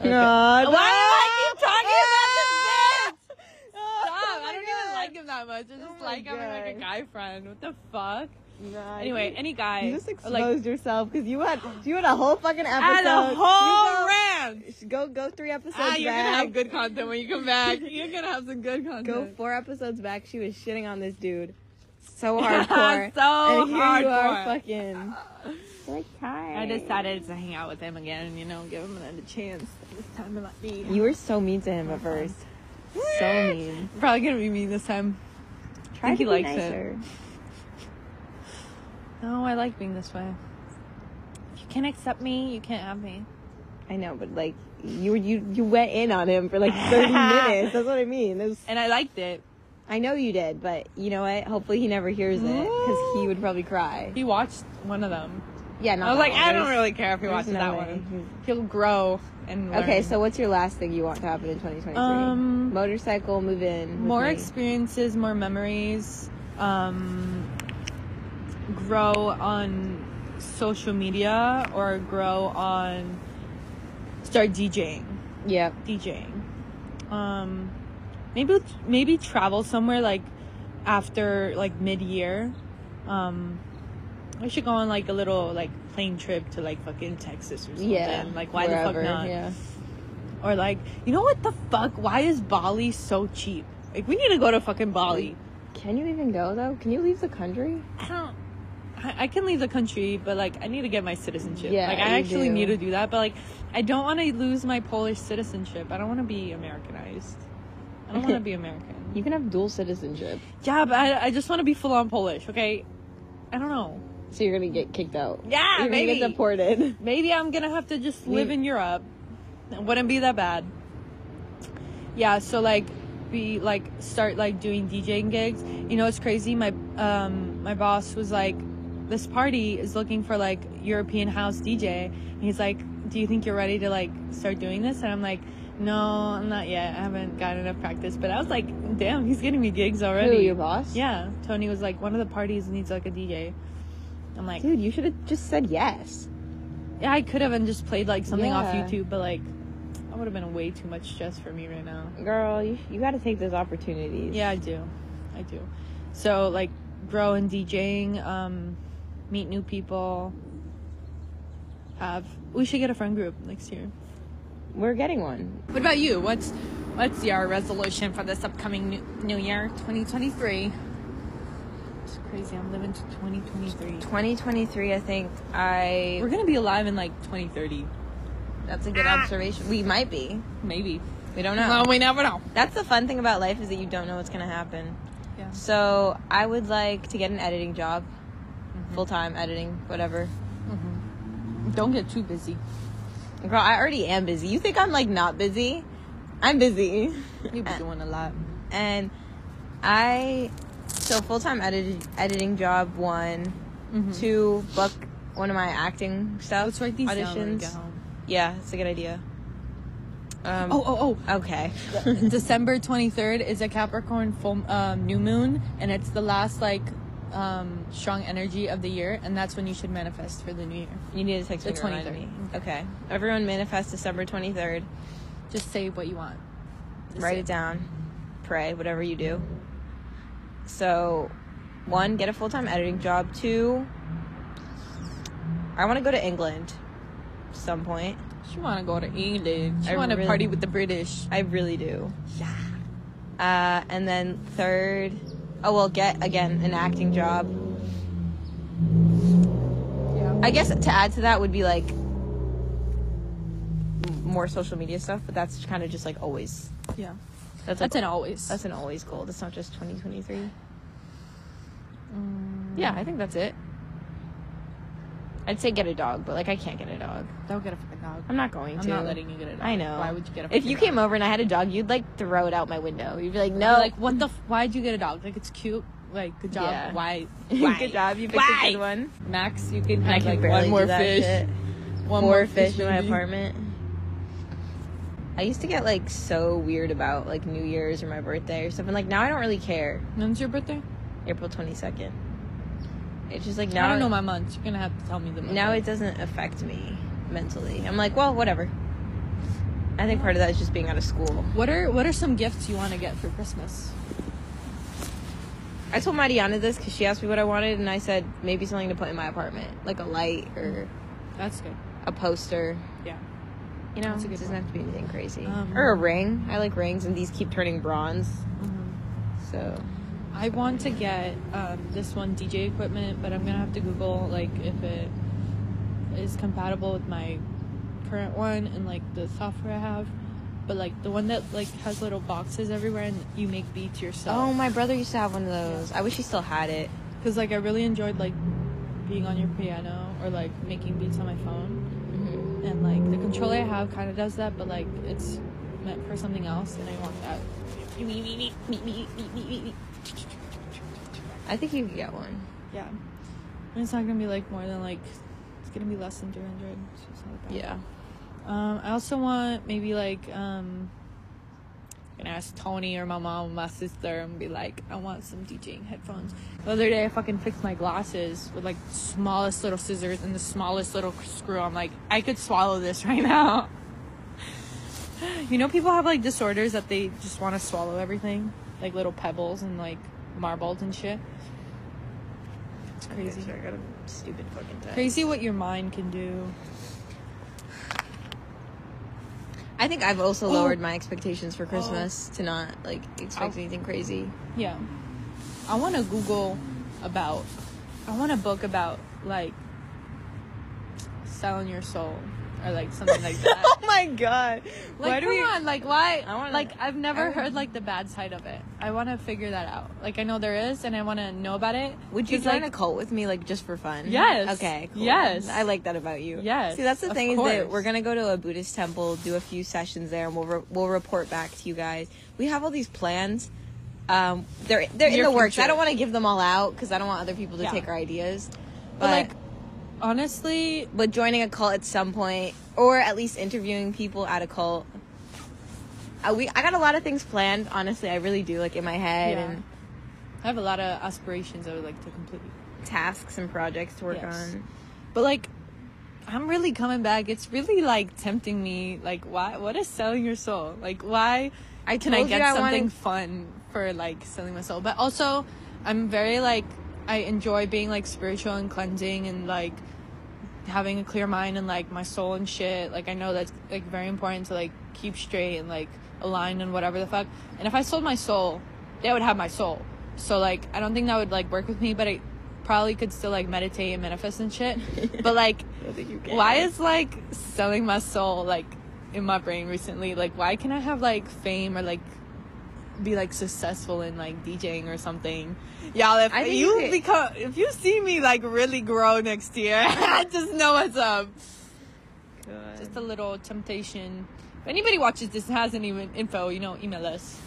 or, like, Why do I keep talking about this? Oh Stop, I don't even like him that much. I just my like him I'm like a God. guy friend. What the fuck? him. Anyway, any guy. you just or, exposed like, yourself because you had you had a whole fucking and episode. a whole You rant. go, go go three episodes Ah, you're gonna back. have good content when you come back. You're gonna have some good content. go four episodes back. She was shitting on this dude so hardcore. so and here you hardcore. are, fucking. You're Like hi. I decided to hang out with him again, you know, give him another chance. This time it might be. you were so mean to him at first. So mean. probably gonna be me this time. Try think to he be likes it. nicer. No, I like being this way. If you can't accept me, you can't have me. I know, but like you were you you went in on him for like thirty minutes. That's what I mean. It was And I liked it. I know you did, but you know what? Hopefully he never hears it because he would probably cry. He watched one of them. Yeah, not I was that like, one. I don't There's- really care if he there's watches no that way. one. He'll grow and learn. Okay, so what's your last thing you want to happen in 2023? Um, Motorcycle, move in. with more me. experiences, more memories, um, grow on social media or grow on start DJing, Yep. DJing. Um, maybe maybe travel somewhere like after like mid year. Um, I should go on like a little like plane trip to like fucking Texas or something. Yeah. Like why the wherever, fuck not? Yeah. Or like you know what the fuck? Why is Bali so cheap? Like we need to go to fucking Bali. Can you even go though? Can you leave the country? I don't. I can leave the country, but like I need to get my citizenship. Yeah, like you I actually do. need to do that, but like I don't want to lose my Polish citizenship. I don't want to be Americanized. I don't want to be American. You can have dual citizenship. Yeah, but I, I just want to be full on Polish. Okay, I don't know. So you're gonna get kicked out. Yeah, You're gonna maybe. get deported. Maybe I'm gonna have to just live We- in Europe. It wouldn't be that bad. Yeah, so like be like start like doing DJing gigs. You know it's crazy? My um my boss was like, This party is looking for like European house DJ and he's like, Do you think you're ready to like start doing this? And I'm like, No, I'm not yet. I haven't got enough practice. But I was like, damn, he's getting me gigs already. Who, your boss? Yeah. Tony was like, one of the parties needs like a DJ. I'm like, Dude, you should have just said yes. yeah, I could have and just played like something off Yeah. YouTube, but like that would have been way too much stress for me right now. Girl, you, you gotta take those opportunities. Yeah, I do. I do. So like grow and DJing, um, meet new people. Have we should get a friend group next year. We're getting one. What about you? What's what's your resolution for this upcoming new, new year, 2023? It's crazy. I'm living to 2023. 2023, I think I. We're gonna be alive in like 2030, That's a good Ah. observation. We might be. maybe. We don't know. No, we never know. That's the fun thing about life is that you don't know what's gonna happen. Yeah. So I would like to get an editing job, Mm-hmm. full time editing, whatever. Don't get too busy. Girl, I already am busy. You think I'm like not busy? I'm busy. You've been doing a lot. and I so full time edit- editing job one, two book one of my acting stuff. Mm-hmm. Let's write these down when we get home. Yeah, it's a good idea. Um, Oh, oh, okay. oh. December 23rd is a Capricorn full um, new moon, and it's the last, like, um, strong energy of the year, and that's when you should manifest for the new year. you need to text me. The to remind 23rd. me. Okay. Everyone manifest December twenty third. Just say what you want. Just Write say- it down. Pray, whatever you do. So, one, get a full time editing job. Two, I want to go to England some point. She want to go to England. She I want to really- party with the British. I really do. Yeah. Uh, and then third, oh, well, get again an acting job. Yeah. I guess to add to that would be like m- more social media stuff, but that's kind of just like always. Yeah. That's, like, That's an always. That's an always goal. That's not just 2023. Mm, Yeah, I think that's it. I'd say get a dog, but like I can't get a dog. Don't get a fucking dog. I'm not going I'm to. not letting you get a dog. I know. Why would you get a If you fucking came over and I had a dog, you'd like throw it out my window. You'd be like, dog? no. Like, what the... F- why'd you get a dog? Like, it's cute. Like, good job. Yeah. Why? Why? good job. You picked Why? a good one. Max, you can I have, can like, barely one more do that fish. shit. One Four fish in my maybe. apartment. I used to get like so weird about like New Year's or my birthday or something. Like now I don't really care. When's your birthday? April 22nd. It's just like now I don't know my month. You're gonna have to tell me the month. now it doesn't affect me mentally. I'm like, well, whatever. I think part of that is just being out of school. What are what are some gifts you want to get for Christmas? I told Mariana this because she asked me what I wanted, and I said maybe something to put in my apartment, like a light or That's good. a poster. Yeah. You know, That's it a good doesn't have to be anything crazy. Um, or a ring. I like rings, and these keep turning bronze. Mm-hmm. So I want to get um, this one DJ equipment, but I'm gonna have to Google like if it is compatible with my current one and like the software I have. But like the one that like has little boxes everywhere and you make beats Oh, yourself. my brother used to have one of those. I wish he still had it. Because like I really enjoyed like being on your piano or like making beats on my phone. and like the controller I have kind of does that, but like it's meant for something else, and I want that. I think you could get one. Yeah, and it's not gonna be like more than like it's gonna be less than three hundred. So it's not bad. Yeah. Um, I also want maybe like um. I'm Gonna ask Tony or my mom or my sister and be like, I want some DJing headphones. The other day, I fucking fixed my glasses with like smallest little scissors and the smallest little screw. I'm like, I could swallow this right now. You know, people have like disorders that they just want to swallow everything, like little pebbles and like marbles and shit. It's crazy. I got a stupid fucking text. Crazy what your mind can do. I think I've also Oh. lowered my expectations for Christmas to not like expect Oh. anything crazy. Yeah. I want to Google about I want a book about like selling your soul or like something like that. oh my god. Like, Why do come we? on, like, why? I wanna- like, I've never I- heard like the bad side of it. I want to figure that out. Like, I know there is, and I want to know about it. Would you 'Cause, join like, a cult with me, like just for fun? Yes. Okay. Cool. Yes. I like that about you. Yes, See, that's the of thing is that course. we're gonna go to a Buddhist temple, do a few sessions there, and we'll re- we'll report back to you guys. We have all these plans. Um, they're they're in Your the works. I future. don't want to give them all out because I don't want other people to Yeah. take our ideas. But, but, like, honestly, but joining a cult at some point, or at least interviewing people at a cult. Uh, we I got a lot of things planned. Honestly, I really do. Like in my head Yeah. and I have a lot of aspirations I would like to complete. tasks and projects to work Yes. on. But like, I'm really coming back. It's really like tempting me. Like, why? What is selling your soul? Like, why? I can I told you get I something wanted- fun for like selling my soul? But also, I'm very like I enjoy being like spiritual and cleansing and like having a clear mind and like my soul and shit. Like I know that's like very important to like keep straight and like aligned and whatever the fuck. And if I sold my soul, they would have my soul. So like I don't think that would like work with me, but I probably could still like meditate and manifest and shit. but like why is like selling my soul like in my brain recently? Like why can I have like fame or like be like successful in like DJing or something? Y'all, if I think you you could- become, if you see me like really grow next year, just know what's up. Just a little temptation. If anybody watches this and has any info, you know, email us.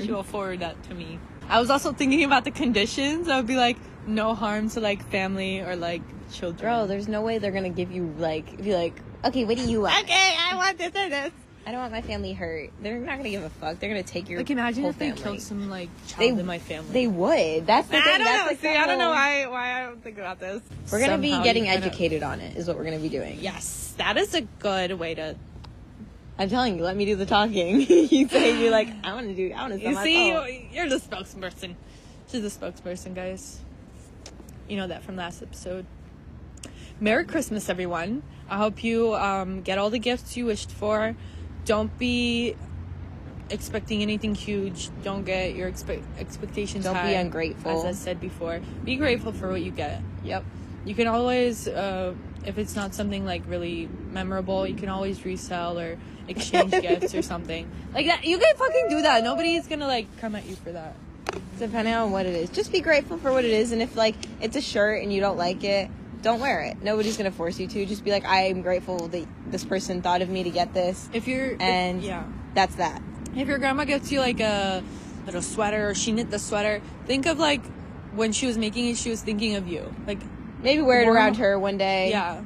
She will forward that to me. I was also thinking about the conditions. I would be like, no harm to like family or like children. Bro, there's no way they're gonna give you like be like, okay, what do you want? okay, I want this and this. I don't want my family hurt. They're not gonna give a fuck. They're gonna take your Like imagine whole if they family. killed some like child They- in my family. They would. That's the I thing. don't That's know. like See, the I don't know whole- why why I don't think about this. We're gonna Somehow be getting you gotta- educated on it. Is what we're gonna be doing. Yes, that is a good way to. I'm telling you. Let me do the talking. you say you're like, oh. I want to do. I want to. You see, you're the spokesperson. She's the spokesperson, guys. You know that from last episode. Merry Christmas, everyone. I hope you um, get all the gifts you wished for. Don't be expecting anything huge. Don't get your expe- expectations Don't be high, ungrateful. As I said before, be grateful for what you get. Yep. You can always, uh, if it's not something like really memorable, you can always resell or exchange gifts or something like that. You can fucking do that. Nobody's gonna like come at you for that. depending on what it is. Just be grateful for what it is, and if like it's a shirt and you don't like it, don't wear it. Nobody's gonna force you to. Just be like, I am grateful that this person thought of me to get this, If you're if- and yeah, that's that. If your grandma gets you like a little sweater or she knit the sweater, think of like when she was making it, she was thinking of you. Like, Maybe wear it Warm- around her one day. yeah,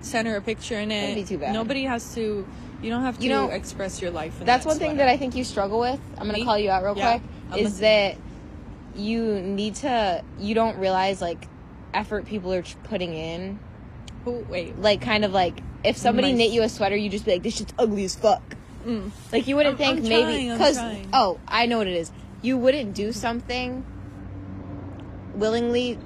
send her a picture in it. Wouldn't be too bad. Nobody has to. You don't have to You know, express your life. In That's that one thing sweater. that I think you struggle with. I'm gonna Me? call you out real Yeah, quick. I'm is listening. that you need to? You don't realize like effort people are tr- putting in. Who, wait, Like kind of like if somebody My- knit you a sweater, you just be like, this shit's ugly as fuck. Mm. Like you wouldn't I'm- think I'm maybe trying, I'm because trying. oh I know what it is. You wouldn't do something willingly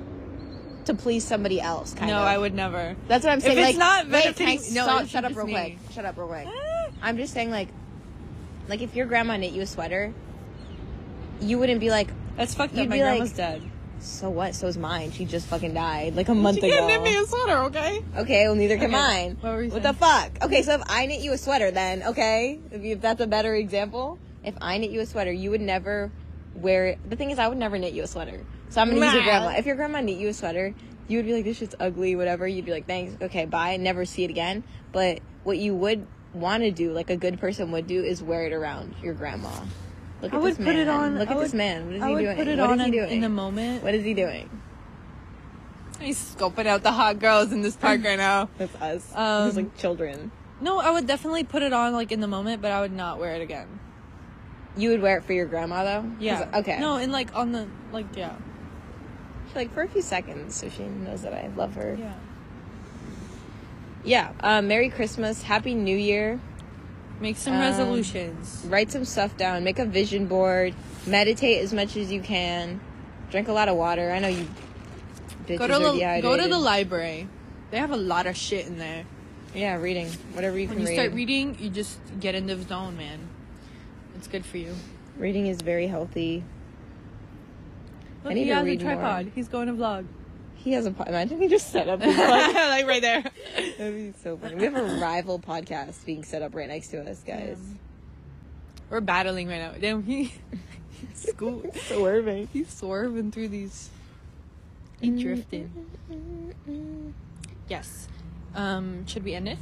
to please somebody else. Kind no, of. I would never. That's what I'm If saying. it's like, not wait, benefiting- can I- no, stop- it should shut up just real me. quick. Shut up real quick. I'm just saying like, like if your grandma knit you a sweater, you wouldn't be like, That's fucked You'd up. My be like, grandma's dead. so what? So is mine. She just fucking died like a month She ago. can't knit me a sweater, okay? okay, well neither can Okay, mine. what were you the saying? fuck? Okay, so if I knit you a sweater, then okay, if, you, if that's a better example, if I knit you a sweater, you would never wear. it. The thing is, I would never knit you a sweater. So I'm gonna use your Nah. grandma. If your grandma knit you a sweater, you would be like, this shit's ugly, whatever. You'd be like, thanks, okay, bye, never see it again. But what you would want to do, like a good person would do, is wear it around your grandma. Look at I would this put man. it on. Look I at this would- man. What is I he would doing? put it What is on he in, doing? in the moment. What is he doing? He's scoping out the hot girls in this park right now. That's us. Um, He's like children. No, I would definitely put it on like in the moment, but I would not wear it again. You would wear it for your grandma though. 'Cause- Yeah. Okay. No, and like on the like yeah. like for a few seconds so she knows that I love her. Yeah. Yeah. Um, Merry Christmas. Happy New Year. Make some Um, resolutions. Write some stuff down. Make a vision board. Meditate as much as you can. Drink a lot of water. I know you bitches Go to are the dehydrated. go to the library. They have a lot of shit in there. Yeah, reading. Whatever you When can you read. start reading, you just get in the zone, man. It's good for you. reading is very healthy. Look, need he to has a read more. tripod. He's going to vlog. He has a pod. Imagine he just set up. his podcast. like right there. That'd be so funny. We have a rival podcast being set up right next to us, guys. We're battling right now. Damn, he school Swerving. he's swerving through these. He Mm-hmm. drifting. Yes. Um, should we end it?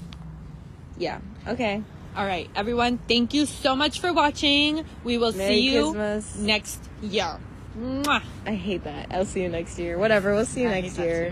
Yeah. Okay. All right, everyone. Thank you so much for watching. We will Merry see you Christmas. next year. Mwah. I hate that. I'll see you next year. Whatever. We'll see you I hate next that year. too.